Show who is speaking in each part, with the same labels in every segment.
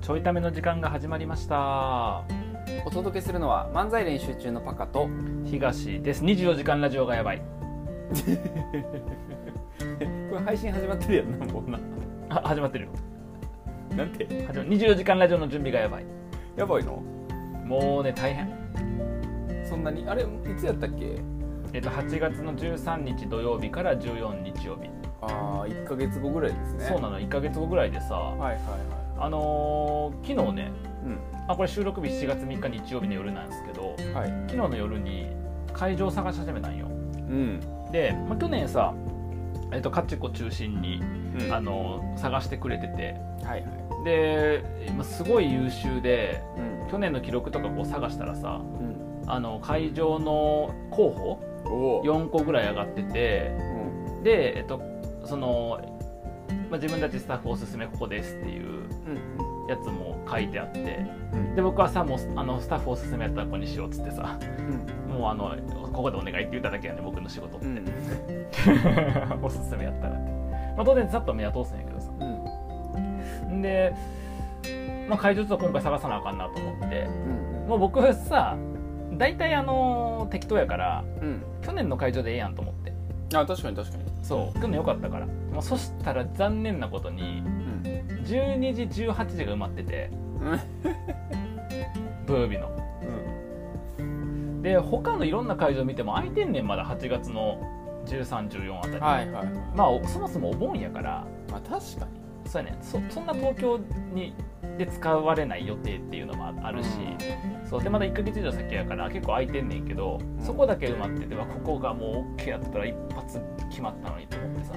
Speaker 1: ちょいための時間が始まりました
Speaker 2: お届けするのは漫才練習中のパカ と
Speaker 1: 東です24時間ラジオがやばい
Speaker 2: これ配信始まってるやんなもうな
Speaker 1: あ始まってる
Speaker 2: なんて
Speaker 1: 始まる24時間ラジオの準備がやばい
Speaker 2: やばいの
Speaker 1: もうね大変
Speaker 2: そんなにあれいつやったっけ
Speaker 1: えっと8月の13日土曜日から14日曜日、
Speaker 2: ああ1か月後ぐらいですね
Speaker 1: そうなの1か月後ぐらいでさ
Speaker 2: はいはいは
Speaker 1: あのー昨日ね
Speaker 2: い
Speaker 1: あこれ収録日7月3日日曜日の夜なんですけど
Speaker 2: うんはい
Speaker 1: 昨日の夜に会場を探し始めたんよ
Speaker 2: うん、
Speaker 1: で、まあ、去年さえっとカチコ中心に
Speaker 2: うん
Speaker 1: あのー探してくれてて
Speaker 2: はいはい
Speaker 1: で今すごい優秀で
Speaker 2: うん
Speaker 1: 去年の記録とかこう探したらさ
Speaker 2: うん
Speaker 1: あの会場の候補
Speaker 2: おお
Speaker 1: 4個ぐらい上がってて
Speaker 2: うん
Speaker 1: で、えっと、その、まあ、自分たちスタッフおすすめここですっていう
Speaker 2: うん
Speaker 1: やつも書いてあって
Speaker 2: うん
Speaker 1: で僕はさもうあのスタッフおすすめやったらここにしようっつってさ
Speaker 2: うん
Speaker 1: もうあのここでお願いって言っただけやね僕の仕 事って、
Speaker 2: うん
Speaker 1: おすすめやったらって、まあ、当然ざっと目は通すんやけどさ
Speaker 2: うん
Speaker 1: んで、まあ、会場ちょっと今回探さなあかんなと思って
Speaker 2: うん
Speaker 1: もう僕さ大体あの適当やから
Speaker 2: うん
Speaker 1: 去年の会場でええやんと思って
Speaker 2: あ確かに確かに
Speaker 1: そう去年良かったからもうそしたら残念なことに
Speaker 2: うん
Speaker 1: 12時18時が埋まってて
Speaker 2: うん
Speaker 1: 土曜日ので他のいろんな会場見ても空いてんねんまだ8月の1314あたり、
Speaker 2: はいはい
Speaker 1: まあおそもそもお盆やから
Speaker 2: まあ確かに
Speaker 1: そうやねそそんな東京にで使われない予定っていうのもあ
Speaker 2: あ
Speaker 1: あるし、そうでまだ1ヶ月以上先やから結構空いてんねんけど、
Speaker 2: ん
Speaker 1: そこだけ埋まっててわここがもう OK やったら一発決まったのにと思ってさ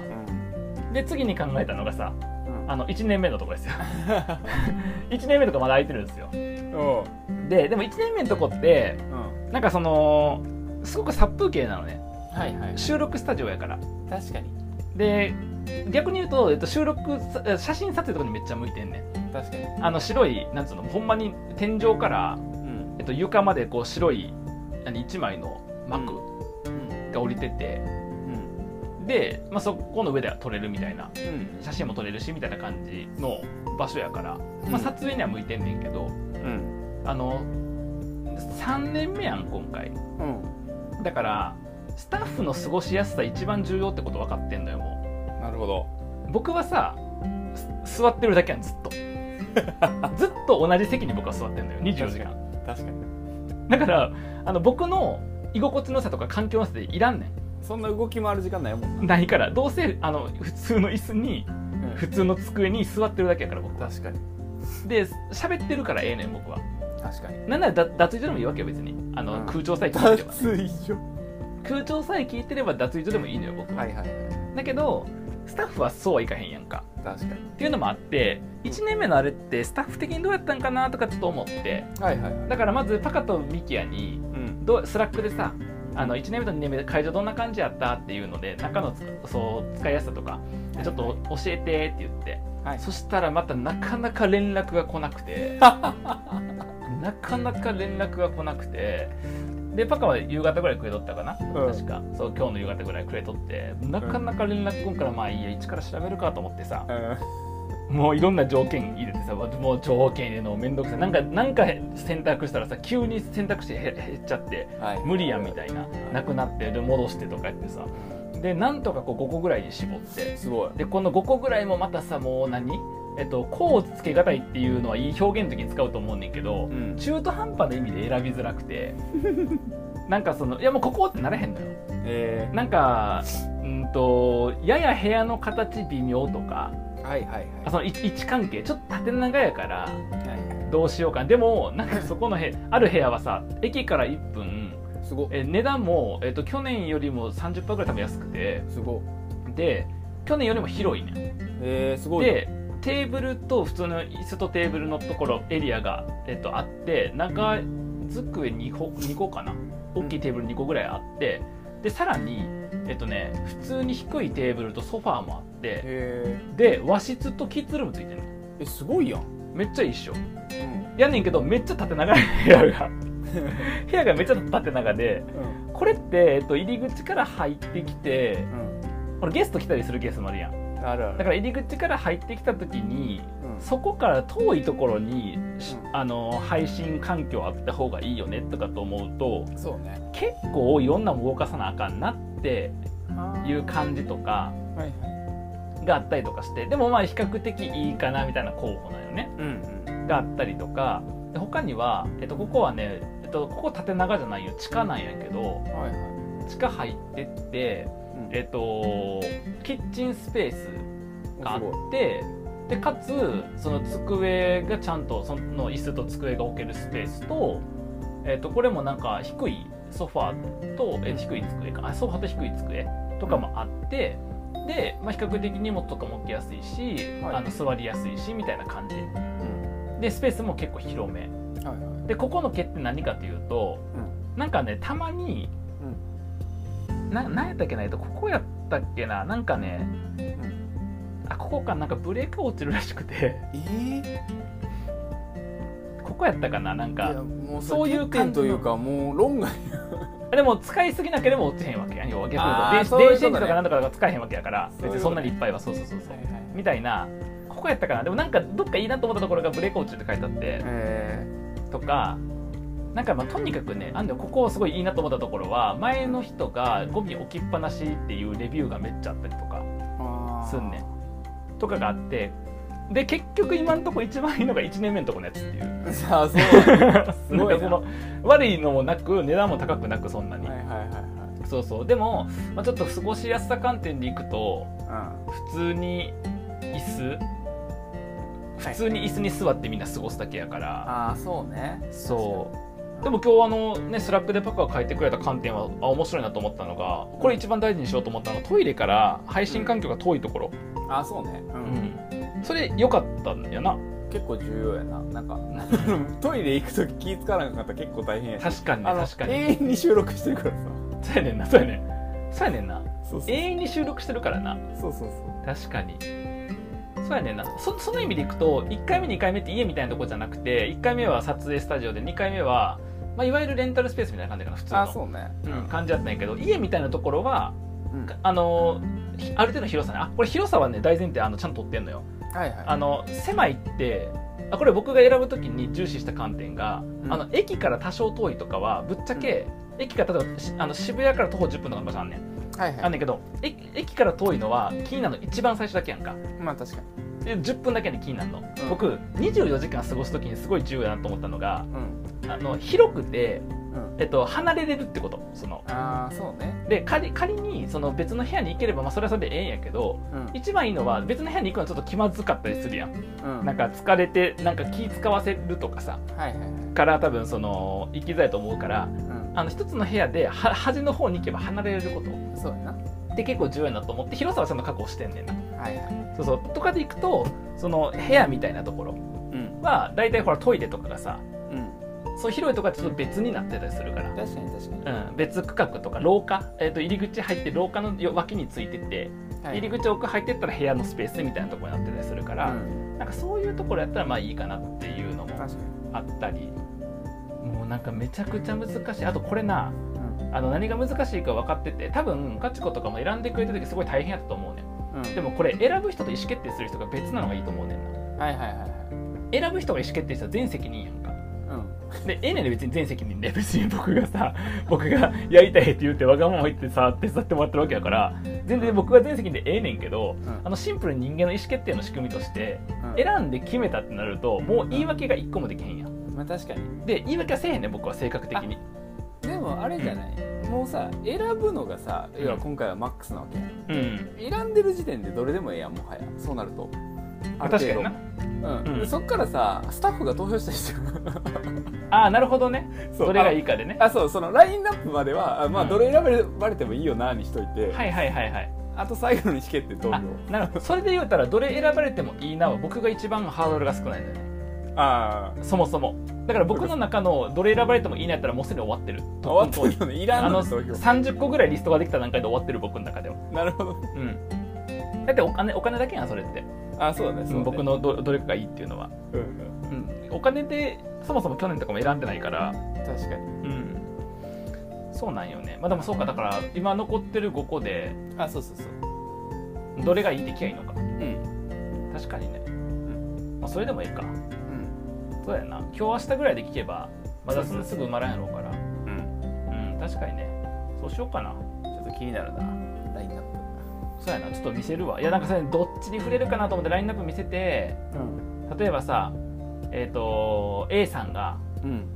Speaker 2: うん
Speaker 1: で次に考えたのがさ
Speaker 2: うん
Speaker 1: あの1年目のとこ ですよ1年目のとこまだ空いてるんですよ
Speaker 2: おう
Speaker 1: ででも1年目のとこって
Speaker 2: うん
Speaker 1: なんかそのすごく殺風景なのね
Speaker 2: はいはい
Speaker 1: 収録スタジオやから
Speaker 2: 確かに
Speaker 1: で逆に言うと、えっと、収録さ写真撮影とかにめっちゃ向いてんねん
Speaker 2: 確かに
Speaker 1: あの白いなんつうのほんまに天井から、
Speaker 2: うん
Speaker 1: えっと、床までこう白い何1枚の幕
Speaker 2: うん
Speaker 1: が降りてて、
Speaker 2: うん
Speaker 1: で、まあ、そこの上では撮れるみたいな
Speaker 2: うん
Speaker 1: 写真も撮れるしみたいな感じの場所やから、
Speaker 2: うん
Speaker 1: まあ、撮影には向いてんねんけど、
Speaker 2: うん
Speaker 1: あの3年目やん今回
Speaker 2: うん
Speaker 1: だからスタッフの過ごしやすさ一番重要ってこと分かってんのよも
Speaker 2: なるほど
Speaker 1: う僕はさす座ってるだけやんずっ とずっと同じ席に僕は座ってんのよ24時間
Speaker 2: 確かに
Speaker 1: だからあの僕の居心地の良さとか環境の良さでいらんね
Speaker 2: そんな動き回る時間ないもん
Speaker 1: んないからどうせあの普通の椅子に
Speaker 2: な、
Speaker 1: 普通の机に座ってるだけやから僕は
Speaker 2: 確かに
Speaker 1: で喋ってるからええねん僕は
Speaker 2: 確かに
Speaker 1: なんならだ脱衣所でもいいわけよ別にあの、
Speaker 2: うん
Speaker 1: 空調さえ聞いてれば
Speaker 2: 脱衣所
Speaker 1: 空調さえ聞いてれば脱衣所でもいいのよ僕は
Speaker 2: はいはいはい
Speaker 1: だけどスタッフはそうはいかへんやんか
Speaker 2: 確かに
Speaker 1: っていうのもあって1年目のあれってスタッフ的にどうやったんかなとかちょっと思って
Speaker 2: はいはいはい
Speaker 1: だからまずパカとミキヤに
Speaker 2: うん
Speaker 1: どうスラックでさあの1年目と2年目で会場どんな感じやったっていうので中のつそう使いやすさとかちょっと教えてって言って
Speaker 2: はい
Speaker 1: そしたらまたなかなか連絡が来なく てなかなか連絡が来なくてでパカは夕方ぐらいくれとったかな、
Speaker 2: うん
Speaker 1: 確かそう今日の夕方ぐらいくれとってなかなか連絡来んからまあいいや一から調べるかと思ってさもういろんな条件入れてさもう条件入れるのめんどくさいなんかなんか選択したらさ急に選択肢へ減っちゃって
Speaker 2: はい
Speaker 1: 無理やんみたいななくなってで戻してとか言ってさでなんとかこう5個ぐらいに絞って
Speaker 2: すごい
Speaker 1: でこの5個ぐらいもまたさもう何えっと「こう」つけがたいっていうのはいい表現の時に使うと思うねんけど、
Speaker 2: ん
Speaker 1: 中途半端な意味で選びづらくて なんかそのいやもうここってなれへんのよ
Speaker 2: え
Speaker 1: なんかうんとやや部屋の形微妙とか
Speaker 2: ー、はいはいはい
Speaker 1: あその位位置関係ちょっと縦長やから
Speaker 2: は
Speaker 1: どうしようかでもなんかそこの部ある部屋はさ駅から1分
Speaker 2: いすご
Speaker 1: え値段も、えっと、去年よりも30%ぐらい多分安くて
Speaker 2: すご
Speaker 1: で去年よりも広いねん
Speaker 2: えー、すごい
Speaker 1: でテーブルと普通の椅子とテーブルのところエリアが、えっと、あって中机2個 ,2 個かな大きいテーブル2個ぐらいあってでさらに、えっとね、普通に低いテーブルとソファーもあって
Speaker 2: え
Speaker 1: で和室とキッズルームついてるの
Speaker 2: ー、えすごいやん、う
Speaker 1: めっちゃいいっしょ
Speaker 2: ん
Speaker 1: やねんけどめっちゃ縦長い 部屋が部屋がめっちゃ縦長で
Speaker 2: うん
Speaker 1: これって、えっと、入り口から入ってきて
Speaker 2: うん
Speaker 1: これゲスト来たりするケースもあるやん
Speaker 2: あるある
Speaker 1: だから入り口から入ってきた時に
Speaker 2: うん
Speaker 1: そこから遠いところに、し
Speaker 2: う
Speaker 1: あの配信環境あった方がいいよねとかと思うと
Speaker 2: そうね
Speaker 1: 結構いろんなも動かさなあかんなっていう感じとか
Speaker 2: はいはい
Speaker 1: があったりとかしてでもまあ比較的いいかなみたいな候補なのよね
Speaker 2: うん
Speaker 1: があったりとかで他には、えっと、ここはね、えっと、ここ縦長じゃないよ地下なんやけど
Speaker 2: うんはいはい
Speaker 1: 地下入ってって
Speaker 2: うん
Speaker 1: えっとキッチンスペースがあ
Speaker 2: すごい
Speaker 1: ってでかつその机がちゃんとその椅子と机が置けるスペースと,、えっとこれもなんか低いソファーと、え低い机かあソファーと低い机とかもあって、で、まあ、比較的荷物とかも置きやすいし、
Speaker 2: はい
Speaker 1: あの座りやすいしみたいな感じ
Speaker 2: うん
Speaker 1: でスペースも結構広め
Speaker 2: はいはい
Speaker 1: でここの毛って何かというと、なんかねたまに、な何やったっけなえっとここやったっけななんかね、あここかなんかブレーカー落ちるらしくて
Speaker 2: えー
Speaker 1: ここやったかななん
Speaker 2: いや
Speaker 1: か
Speaker 2: もう
Speaker 1: そういう
Speaker 2: 欠点
Speaker 1: 感じ
Speaker 2: と
Speaker 1: の
Speaker 2: いうかもう論外
Speaker 1: でも使いすぎなければ落ちへんわけやん要は逆
Speaker 2: あー
Speaker 1: に
Speaker 2: そういう
Speaker 1: 電
Speaker 2: こ
Speaker 1: 子レンジ
Speaker 2: とね
Speaker 1: とかなんとかが使えへんわけやから
Speaker 2: そういうこと
Speaker 1: 別にそんなにいっぱいはそうそうそうそうみたいなここやったかなでもなんかどっかいいなと思ったところがブレーカー落ちるって書いてあって
Speaker 2: え
Speaker 1: とかなんかまあとにかくねあんのよここすごいいいなと思ったところは前の人がゴミ置きっぱなしっていうレビューがめっちゃあったりとか
Speaker 2: ー
Speaker 1: すんねんとかがあってで結局今んとこ一番いいのが1年目のとこのやつっていう
Speaker 2: さ あそうなんだ す
Speaker 1: なん
Speaker 2: ごい
Speaker 1: かそ
Speaker 2: な
Speaker 1: の悪いのもなく値段も高くなくそんなに、
Speaker 2: はいはいはいはい
Speaker 1: そうそうでも、まあ、ちょっと過ごしやすさ観点でいくと普通に椅子
Speaker 2: はい
Speaker 1: 普通に椅子に座ってみんな過ごすだけやから、
Speaker 2: ああそうね
Speaker 1: そうでも今日あのねスラックでパカが書いてくれた観点はあ面白いなと思ったのがこれ一番大事にしようと思ったのがトイレから配信環境が遠いところ、
Speaker 2: ああそうねう
Speaker 1: うん
Speaker 2: ん
Speaker 1: それ良かったんやな
Speaker 2: 結構重要やななんか トイレ行く時気ぃつかなかったら結構大変やし
Speaker 1: 確かにね
Speaker 2: あの
Speaker 1: 確かに、
Speaker 2: 永遠に収録してるからさ
Speaker 1: そうやねんなそうやねんそうやねんな
Speaker 2: そうそう
Speaker 1: 永遠に収録してるからな
Speaker 2: そうそう
Speaker 1: 確かにそうやねんなそその意味でいくと1回目2回目って家みたいなとこじゃなくて1回目は撮影スタジオで2回目は、まあ、いわゆるレンタルスペースみたいな感じかな普通
Speaker 2: そう
Speaker 1: の
Speaker 2: あそうね
Speaker 1: うん、感じだったんやけど家みたいなところは
Speaker 2: うん
Speaker 1: あのひある程度の広さねあこれ広さはね大前提あのちゃんと取ってんのよ
Speaker 2: はいはい
Speaker 1: あの狭いってあこれ僕が選ぶ時に重視した観点が、
Speaker 2: うん
Speaker 1: あの駅から多少遠いとかはぶっちゃけ、駅から例えばしあの渋谷から徒歩10分とかの場所あんねん、
Speaker 2: はい
Speaker 1: あん
Speaker 2: は
Speaker 1: ねんけど駅駅から遠いのは気になるの一番最初だけやんか
Speaker 2: いまあ確かに
Speaker 1: で10分だけで気になるの、僕24時間過ごす時にすごい重要だなと思ったのが
Speaker 2: うん
Speaker 1: あの広くて、
Speaker 2: うん
Speaker 1: えっと、離れれるってことその
Speaker 2: ああそうね
Speaker 1: で仮仮にその別の部屋に行ければ、まあ、それはそれでええんやけど
Speaker 2: うん
Speaker 1: 一番いいのは別の部屋に行くのはちょっと気まずかったりするやん
Speaker 2: うん
Speaker 1: なんか疲れてなんか気使わせるとかさ
Speaker 2: はいはいはい
Speaker 1: から多分その行きづらいと思うから
Speaker 2: うん
Speaker 1: あの一つの部屋では端の方に行けば離れること
Speaker 2: そうやな
Speaker 1: って結構重要だと思って広さはちゃんと確保してんねんな
Speaker 2: はいはい
Speaker 1: そうそうとかで行くとその部屋みたいなところ
Speaker 2: うん
Speaker 1: は大体ほらトイレとかがさ
Speaker 2: うん
Speaker 1: そう広いとこはちょっと別になってたりするから
Speaker 2: 確かに確かに
Speaker 1: うん、別区画とか廊下、えー、と入り口入って廊下の脇についてて
Speaker 2: はい
Speaker 1: 入り口奥入ってったら部屋のスペースみたいなところになってたりするから、
Speaker 2: うん
Speaker 1: なんかそういうところやったらまあいいかなっていうのも
Speaker 2: 確かに
Speaker 1: あったりもうなんかめちゃくちゃ難しいあとこれな
Speaker 2: うん
Speaker 1: あの何が難しいか分かってて多分ガチコとかも選んでくれた時すごい大変やったと思うねん
Speaker 2: うん
Speaker 1: でもこれ選ぶ人と意思決定する人が別なのがいいと思うねんな
Speaker 2: はいはいはいはい
Speaker 1: 選ぶ人が意思決定したら全責任やんか
Speaker 2: うん
Speaker 1: でええねんで別に全責任で 別に僕がさ僕がやりたいって言ってわがまま言ってさ手伝ってもらってるわけやから全然僕が全責任でええねんけど
Speaker 2: うん
Speaker 1: あのシンプルに人間の意思決定の仕組みとして
Speaker 2: うん
Speaker 1: 選んで決めたってなるともう言い訳が1個もできへんやん
Speaker 2: まあ確かに
Speaker 1: で言い訳はせえへんねん僕は性格的に
Speaker 2: でもあれじゃない、もうさ選ぶのがさ
Speaker 1: ん
Speaker 2: 要は今回はマックスなわけや
Speaker 1: う
Speaker 2: ん
Speaker 1: ん
Speaker 2: 選んでる時点でどれでもええやんもはやそうなると
Speaker 1: あ確かにな
Speaker 2: なうん、
Speaker 1: うん
Speaker 2: でそっからさスタッフが 投票したりして
Speaker 1: ああなるほどね
Speaker 2: る
Speaker 1: どれがい
Speaker 2: い
Speaker 1: いかでね
Speaker 2: あそうそのラインナップまではあまあ、
Speaker 1: うん
Speaker 2: どれ選べばれてもいいよなにしといて、
Speaker 1: はいはいはいはい
Speaker 2: あと最後の意思決定投票
Speaker 1: あなるほどそれで言うたらどれ選ばれてもいいなは僕が一番ハードルが少ないのよね
Speaker 2: あ
Speaker 1: そもそもだから僕の中のどれ選ばれてもいいなやったらもうすでに終わってる
Speaker 2: あ終わったのねいら
Speaker 1: あ
Speaker 2: んの
Speaker 1: の
Speaker 2: に投票
Speaker 1: 30個ぐらいリストができた段階で終わってる僕の中では、
Speaker 2: なるほど
Speaker 1: うん、だってお金お金だけやんそれって、
Speaker 2: あそうだねそうだね
Speaker 1: 僕、のどどれかがいいっていうのは、
Speaker 2: うんうん、
Speaker 1: うん、お金でそもそも去年とかも選んでないから、
Speaker 2: 確かに
Speaker 1: うん、そうなんよねまあでもそうかだから今残ってる5個で
Speaker 2: あそうそうそう
Speaker 1: どれがいいって聞きゃいいのか確かにね、うんまあ、それでもいいか
Speaker 2: うん
Speaker 1: そうやな今日明日ぐらいで聞けばまだそんなすぐ埋まらんやろうから
Speaker 2: うん
Speaker 1: うん確かにねそうしようかな
Speaker 2: ちょっと気になるなラインナッ
Speaker 1: そうやなちょっと見せるわいやなんかそれどっちに触れるかなと思ってラインナップ見せて
Speaker 2: プうん
Speaker 1: 例えばさえっ、と A さんが
Speaker 2: うん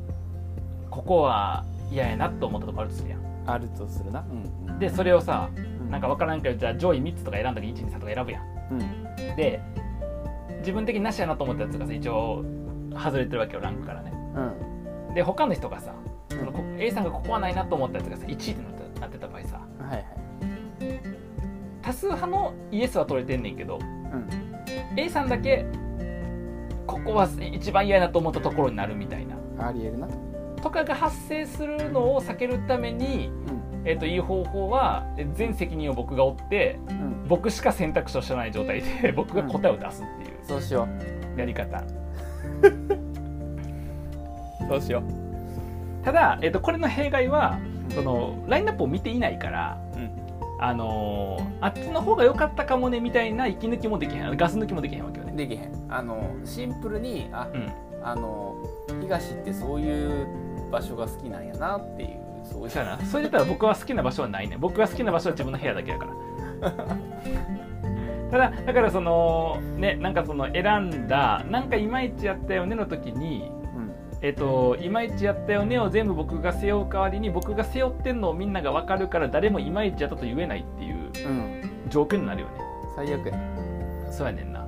Speaker 1: ここは嫌やなと思ったとこあるとするやん
Speaker 2: あるとするなうん
Speaker 1: でそれをさ
Speaker 2: うん
Speaker 1: なんか分からんけどじゃあ上位3つとか選んだ時123とか選ぶやん
Speaker 2: うん
Speaker 1: で自分的になしやなと思ったやつがさ一応外れてるわけよランクからね
Speaker 2: うん
Speaker 1: で他の人がさその
Speaker 2: は
Speaker 1: こ A さんがここはないなと思ったやつがさ1位ってなったなってた場合さ
Speaker 2: いはい
Speaker 1: 多数派のイエスは取れてんねんけど
Speaker 2: うん
Speaker 1: A さんだけここは一番嫌やなと思ったところになるみたいな
Speaker 2: ありえるな
Speaker 1: とかが発生するのを避けるために、
Speaker 2: うん
Speaker 1: えっといい方法はえ全責任を僕が負って
Speaker 2: うん
Speaker 1: 僕しか選択肢を知らない状態で僕が答えを出すっていう
Speaker 2: そうしよ
Speaker 1: やり方
Speaker 2: うそうしよ
Speaker 1: ただ、えっとこれの弊害は
Speaker 2: う
Speaker 1: そのラインナップを見ていないから、
Speaker 2: うん
Speaker 1: あのーあっちの方が良かったかもねみたいな息抜きもできへんガス抜きもできへんわけよね
Speaker 2: できへんあのシンプルにあ
Speaker 1: うん
Speaker 2: あの東ってそういう場所が好きなんやなっていうそういう
Speaker 1: そうやなそれだったら僕は好きな場所はないね僕が好きな場所は自分の部屋だけだから ただだからそのねなんかその選んだなんかいまいちやったよねの時に
Speaker 2: うん
Speaker 1: えっといまいちやったよねを全部僕が背負う代わりに僕が背負ってんのをみんなが分かるから誰もいまいちやったと言えないっていう
Speaker 2: うん
Speaker 1: 状況になるよね
Speaker 2: 最悪や
Speaker 1: そうやねんな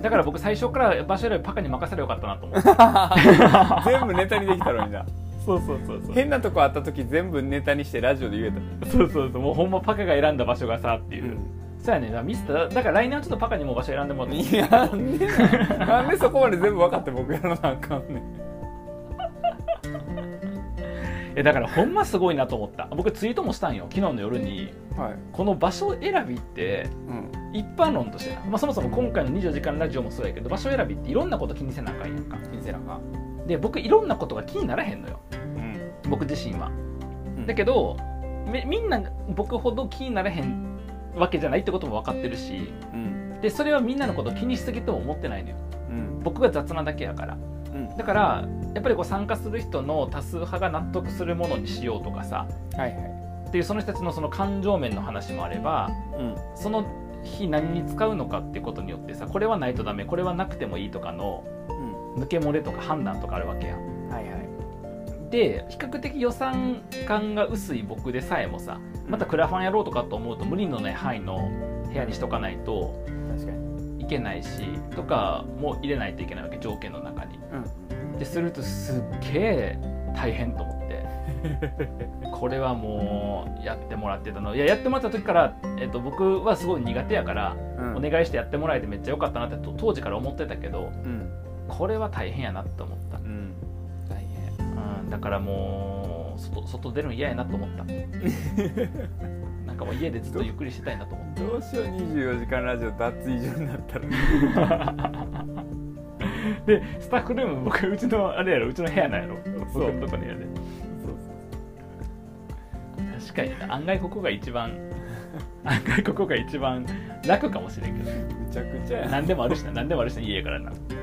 Speaker 1: だから僕最初から場所選びパカに任せればよかったなと思う
Speaker 2: 全部ネタにできたの にな
Speaker 1: そうそうそうそう
Speaker 2: 変なとこあった時全部ネタにしてラジオで言えたね
Speaker 1: そうそうそうもうほんまパカが選んだ場所がさっていう、そうやねんなミスターだから来年はちょっとパカにもう場所選んでもらって
Speaker 2: いやなんでなんでそこまで全部分かって僕やらなあかんねん
Speaker 1: えだからほんますごいなと思った僕ツイートもしたんよ昨日の夜に
Speaker 2: はい
Speaker 1: この場所選びって
Speaker 2: うん
Speaker 1: 一般論としてな、まあ、そもそも今回の24時間ラジオもそうやけど場所選びっていろんなこと気にせなあかんやんか
Speaker 2: 人生なんか
Speaker 1: で僕いろんなことが気にならへんのよ
Speaker 2: うん
Speaker 1: 僕自身はだ
Speaker 2: だ
Speaker 1: け
Speaker 2: け
Speaker 1: どみみんな僕ほど気にならへんわけじゃないってことも分かってるし
Speaker 2: どうん
Speaker 1: でそれはみんなのこと気にしすぎとも思ってないのよ
Speaker 2: うん
Speaker 1: 僕が雑なだけやから
Speaker 2: うん
Speaker 1: だからやっぱりこう参加する人の多数派が納得するものにしようとかさ
Speaker 2: はいはい
Speaker 1: っていうその人たちのその感情面の話もあれば
Speaker 2: うん
Speaker 1: その日何に使うのかってことによってさこれはないとダメこれはなくてもいいとかの抜け漏れとか判断とかあるわけやん
Speaker 2: うんはいはい
Speaker 1: で比較的予算感が薄い僕でさえもさまたクラファンやろうとかと思うと無理のない範囲の部屋にしとかないと
Speaker 2: 確かに
Speaker 1: いけないしとかも入れないといけないわけ条件の中に。
Speaker 2: うん
Speaker 1: でするとすっげえ大変と思って これはもうやってもらってたのいややってもらった時から、えっと僕はすごい苦手やから、
Speaker 2: うん
Speaker 1: お願いしてやってもらえてめっちゃ良かったなってと当時から思ってたけど
Speaker 2: うん
Speaker 1: これは大変やなって思った、
Speaker 2: うん大変
Speaker 1: うん、だからもう外外出るの嫌やなと思った なんかもう家でずっとゆっくりしてたいなと思っ
Speaker 2: どうしよう24時間ラジオ脱衣所になった ら
Speaker 1: たでスタッフルーム僕うちのあれやろうちの部屋なんやろ
Speaker 2: そう
Speaker 1: 僕のとこの部屋で
Speaker 2: そ
Speaker 1: 確
Speaker 2: う
Speaker 1: かにな案外ここが一番 案外ここが一番楽かもしれんけど
Speaker 2: そうむちゃくちゃや
Speaker 1: 何でもあるしな何でもあるしな家やからな
Speaker 2: 確かに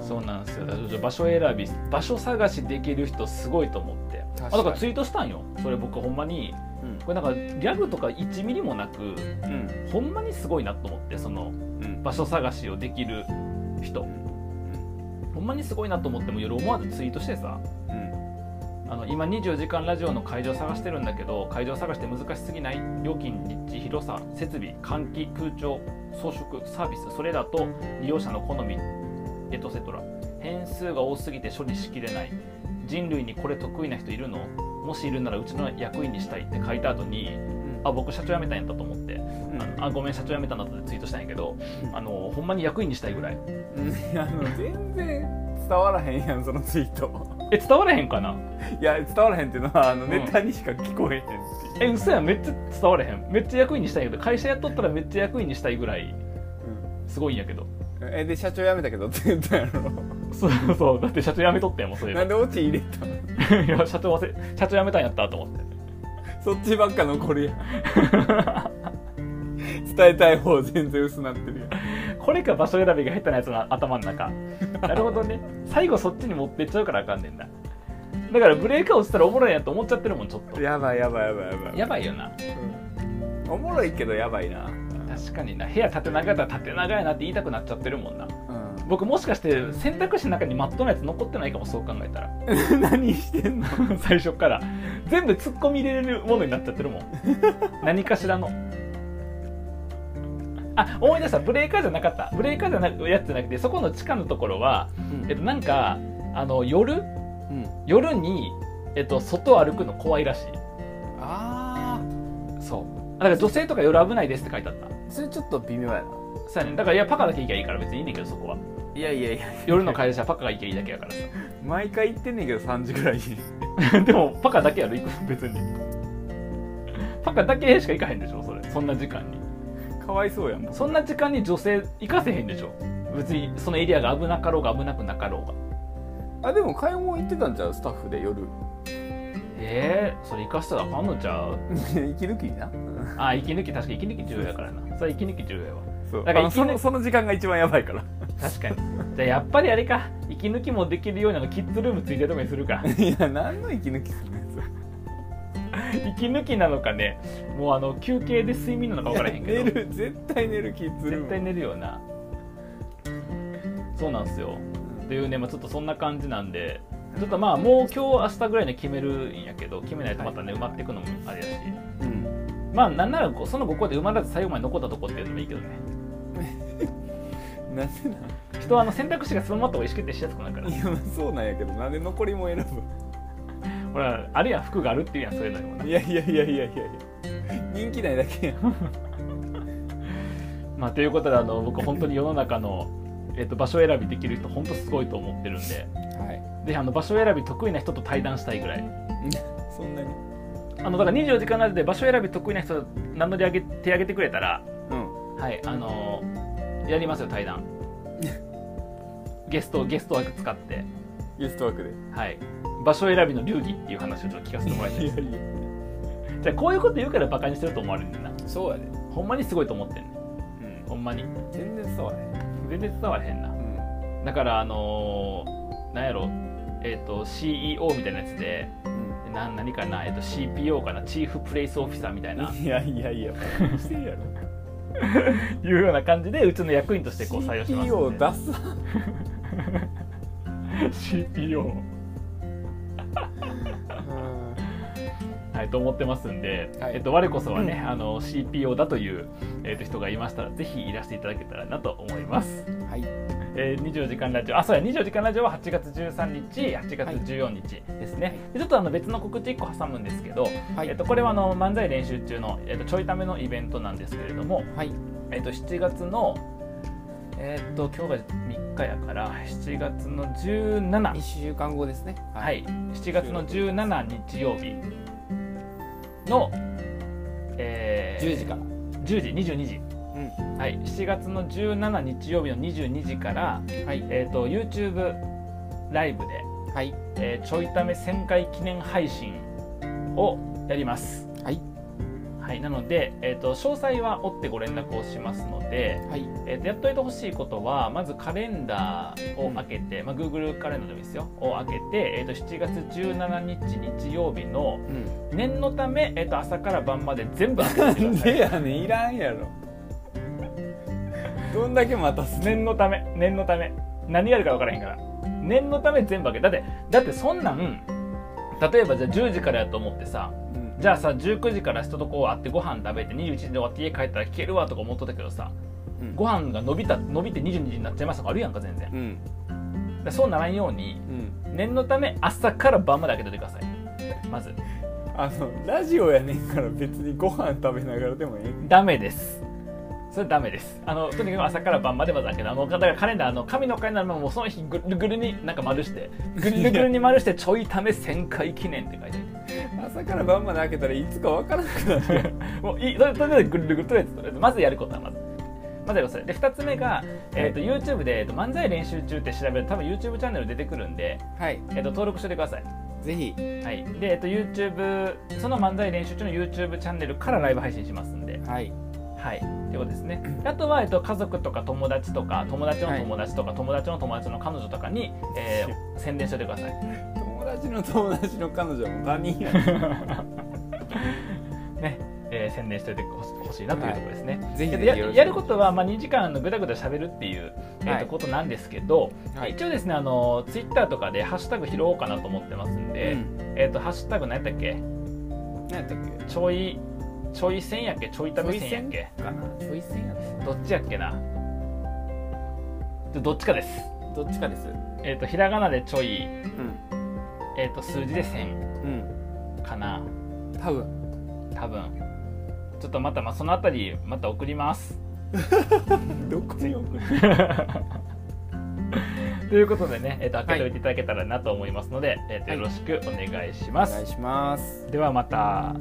Speaker 1: そうなんですよだから場所選び場所探しできる人すごいと思って
Speaker 2: 確か
Speaker 1: あ
Speaker 2: に
Speaker 1: だからツイートしたんよそれ僕ほんまに
Speaker 2: うん
Speaker 1: これなんかギャグとか1ミリもなく
Speaker 2: うん
Speaker 1: ほんまにすごいなと思ってその
Speaker 2: うん
Speaker 1: 場所探しをできる人ほんまにすごいなと思っても夜思わずツイートしてさ
Speaker 2: うん
Speaker 1: あの今24時間ラジオの会場探してるんだけど会場探して難しすぎない料金立地広さ設備換気空調装飾サービスそれらと利用者の好みエトセトラ変数が多すぎて処理しきれない人類にこれ得意な人いるのもしいるならうちの役員にしたいって書いた後にあ僕社長辞めたんやったと思ってあごめん社長辞めたんだってツイートしたんやけどあのほんまに役員にしたいぐらい
Speaker 2: うんあの全然伝わらへんやんそのツイート
Speaker 1: え伝わらへんかない
Speaker 2: や伝わらへんっていうのはあの
Speaker 1: うん
Speaker 2: ネタにしか聞こえへんって
Speaker 1: え嘘やんめっちゃ伝わらへんめっちゃ役員にしたいんやけど会社やっとったらめっちゃ役員にしたいぐらいすごいんやけど
Speaker 2: いう、えで社長辞めたけどって言ったやろ
Speaker 1: そうそうだって社長辞めとったやんもうそれ
Speaker 2: なんでオチ入れたの
Speaker 1: いや社長忘れ社長辞めたんやったと思って
Speaker 2: そっちばっか残るやん伝えたい方全然薄なってるよ
Speaker 1: これか場所選びが下手なやつの頭の中なるほどね最後そっちに持ってっちゃうからあかんねんだだからブレーカー落ちたらおもろいやと思っちゃってるもんちょっと
Speaker 2: やばいやばいやばいやばい
Speaker 1: やばいよな
Speaker 2: うんおもろいけどやばいな
Speaker 1: 確かにな部屋縦長やったら縦長やなって言いたくなっちゃってるもんな
Speaker 2: う
Speaker 1: 僕もしかして選択肢の中にマットなやつ残ってないかもそう考えたら
Speaker 2: ん 何してんの
Speaker 1: 最初から全部ツッコミ入れれるものになっちゃってる もん何かしらのあ思い出したブレーカーじゃなかったブレーカーじゃなくやつじゃなくてそこの地下のところはえっとなんかあの夜
Speaker 2: うん
Speaker 1: 夜に、えっと、外を歩くの怖いらしい
Speaker 2: あ
Speaker 1: そうだから女性とか夜危ないですって書いてあった
Speaker 2: あそれちょっと微妙やな
Speaker 1: そうやねだからいやパカだけ行きゃいいから別にいいねんけどそこはい
Speaker 2: やいやいや
Speaker 1: 夜の会社はパカが行きゃいいだけやから
Speaker 2: 毎回言ってんねんけど3時ぐらいに
Speaker 1: さ でもパカだけやろ行く別にパカだけしか行かへんでしょそれそんな時間に
Speaker 2: かわいそうやもん
Speaker 1: そんな時間に女性行かせへんでしょ別にそのエリアが危なかろうが危なくなかろうが
Speaker 2: あでも買い物行ってたんちゃうスタッフで 夜
Speaker 1: えー、それ行かしたらあかんのちゃう
Speaker 2: 息抜きにな
Speaker 1: あ息抜き確かに息抜き重要やからなそれ息抜き重要やわ
Speaker 2: そう
Speaker 1: だから
Speaker 2: あの
Speaker 1: 息抜
Speaker 2: そ
Speaker 1: き
Speaker 2: のその時間が一番やばいから
Speaker 1: 確かにじゃあやっぱりあれか息抜きもできるようなのキッズルームついてるとかにするか
Speaker 2: いや何の息抜きするんです
Speaker 1: 息抜きなのかねもうあの休憩で睡眠なのか分からへんけ
Speaker 2: 寝
Speaker 1: ど
Speaker 2: る絶対寝るキッズルー
Speaker 1: 絶
Speaker 2: ム
Speaker 1: 対寝るよなそうなんですよっていうね、まあ、ちょっとそんな感じなんでちょっとまあもう今日明日ぐらいに決めるんやけど決めないとまたね埋まっていくのもあれやし
Speaker 2: うん
Speaker 1: まあなんならこうその5個で埋まらず最後まで残ったとこっていうのもいいけどね
Speaker 2: なんでなん
Speaker 1: 人はあの選択肢がそのままった方が意思決定しやすくなるから
Speaker 2: いやまあそうなんやけどなんで残りも選
Speaker 1: ほらあるいは服があるっていうやんそういうのにもな
Speaker 2: ぶいやいやいやいやいや人気ないだけやん
Speaker 1: まあ、ということであの僕本当に世の中の、えっと、場所選びできる人本当すごいと思ってるんで
Speaker 2: はい
Speaker 1: ぜひあの場所選び得意な人と対談したいぐらい
Speaker 2: そんなに
Speaker 1: あのだから24時間なので場所選び得意な人名乗り上げ手挙げてくれたら
Speaker 2: うん
Speaker 1: はいあのやりますよ対談ゲストゲスト枠使って
Speaker 2: ゲストワークで
Speaker 1: はい場所選びの流儀っていう話をちょっと聞かせてもらいたいです
Speaker 2: いや
Speaker 1: じゃあこういうこと言うからバカにしてると思われるんだな
Speaker 2: そうやで
Speaker 1: ほんまにすごいと思ってんね
Speaker 2: うん
Speaker 1: ほんまに
Speaker 2: 全然そうやね
Speaker 1: 全然伝わらへんなだからあのーなんやろえっ、と CEO みたいなやつで
Speaker 2: うん
Speaker 1: な何かな、えっと CPO かなチーフプレイスオフィサーみたい な
Speaker 2: いやいやいやバカにしてる やろ
Speaker 1: いうような感じでうちの役員としてこう採用します
Speaker 2: CPO
Speaker 1: んで
Speaker 2: 出す
Speaker 1: CPO はいと思ってますんで、
Speaker 2: はい
Speaker 1: えっと我こそはね、
Speaker 2: うん
Speaker 1: あの CPO だという、えっと人がいましたらぜひいらしていただけたらなと思います、
Speaker 2: はい
Speaker 1: えー、24時間ラジオあそうや24時間ラジオは8月13日8月14日ですね、でちょっとあの別の告知1個挟むんですけど、
Speaker 2: は
Speaker 1: えっと、これはあの漫才練習中の、えっと、ちょいためのイベントなんですけれども、
Speaker 2: はい
Speaker 1: えっと、7月の、えっと、今日が3日やから7月の17
Speaker 2: 一週間後ですね
Speaker 1: はい7月の17日曜日の、えー
Speaker 2: 10時から
Speaker 1: 10時22時、
Speaker 2: う
Speaker 1: はい、7月の17日曜日の22時から、
Speaker 2: はい
Speaker 1: えっと、YouTube ライブで、
Speaker 2: はい
Speaker 1: えーちょいため1000回記念配信をやります。
Speaker 2: はい
Speaker 1: はい、なので、えー、と詳細は追ってご連絡をしますので、
Speaker 2: はい
Speaker 1: えー、とやっといてほしいことはまずカレンダーを開けて、まあ、Google カレンダーでもいいですよを開けて、えー、と7月17日日曜日の
Speaker 2: うん
Speaker 1: 念のため、えー、と朝から晩まで全部開けてくださ
Speaker 2: で
Speaker 1: い。
Speaker 2: やねんいらんやろどんだけ待たすね
Speaker 1: 念のため念のため何やるか分からへんから念のため全部開けだってだってそんなん例えばじゃあ10時からやと思ってさ
Speaker 2: うん
Speaker 1: じゃあさ19時から人とこう会ってご飯食べて21時で終わって家帰ったら聞けるわとか思っとったけどさ
Speaker 2: うん
Speaker 1: ご飯が伸びた伸びて22時になっちゃいますとかあるやんか全然だか
Speaker 2: うん
Speaker 1: らそうならんように
Speaker 2: うん
Speaker 1: 念のため朝から晩まで開けておいてくださいまず
Speaker 2: あのラジオやねんから別にご飯食べながらでもえ
Speaker 1: ダメですそれダメですあのとにかく朝から晩までまず開けてあのだからカレンダーあの紙のカレンダーのもうその日ぐるぐるになんか丸してぐるぐるに丸してちょいため1000回記念って書いて
Speaker 2: え朝から晩まで開けたらいつかわからなくなる
Speaker 1: あるもういいとりあえずぐるぐるとりあえずとりあえずまずやることはまずまずやることそれで2つ目が、えー、と YouTube で、えーと漫才練習中って調べると多分 YouTube チャンネル出てくるんで、
Speaker 2: はい
Speaker 1: えー、と登録しておいてください
Speaker 2: ぜひ
Speaker 1: はい、で、えっと、YouTube その漫才練習中の YouTube チャンネルからライブ配信しますんで、
Speaker 2: はい
Speaker 1: はい、ってことですね。であとは、えっと、家族とか友達とか友達の友達とか、友達の友達の彼女とかに、えー宣伝しててください。
Speaker 2: 友達の友達の彼女はもう他人やん
Speaker 1: ねえー宣伝しておいてほしいなというところですね。
Speaker 2: ぜひ
Speaker 1: え
Speaker 2: ぜ
Speaker 1: っ
Speaker 2: ひ
Speaker 1: と
Speaker 2: よ
Speaker 1: や
Speaker 2: ろしくお願いします
Speaker 1: やることは、まあ、2時間のぐだぐだしゃべるっていう、えー
Speaker 2: はい
Speaker 1: とことなんですけど、
Speaker 2: はい
Speaker 1: 一応ですねあのツイッターとかでハッシュタグ拾おうかなと思ってますんで、
Speaker 2: うん
Speaker 1: えー、とハッシュタグ何やったっけ
Speaker 2: 何やったっ
Speaker 1: ちょいちょい線やっけちょいため線やっけ
Speaker 2: けかなちょい線やった
Speaker 1: どっちやっけなでどっちかです。
Speaker 2: どっちかです
Speaker 1: えっ、とひらがなでちょい、
Speaker 2: うん
Speaker 1: えー、と数字で線
Speaker 2: うん
Speaker 1: かな
Speaker 2: 多分
Speaker 1: 多分ちょっとまた、まあ、そのあたりまた送ります。
Speaker 2: どこに置く
Speaker 1: ということでね、えっと開けておいていただけたらなと思いますので、えっとよろしくお願いし
Speaker 2: お
Speaker 1: ます。
Speaker 2: 願いします
Speaker 1: ではまた。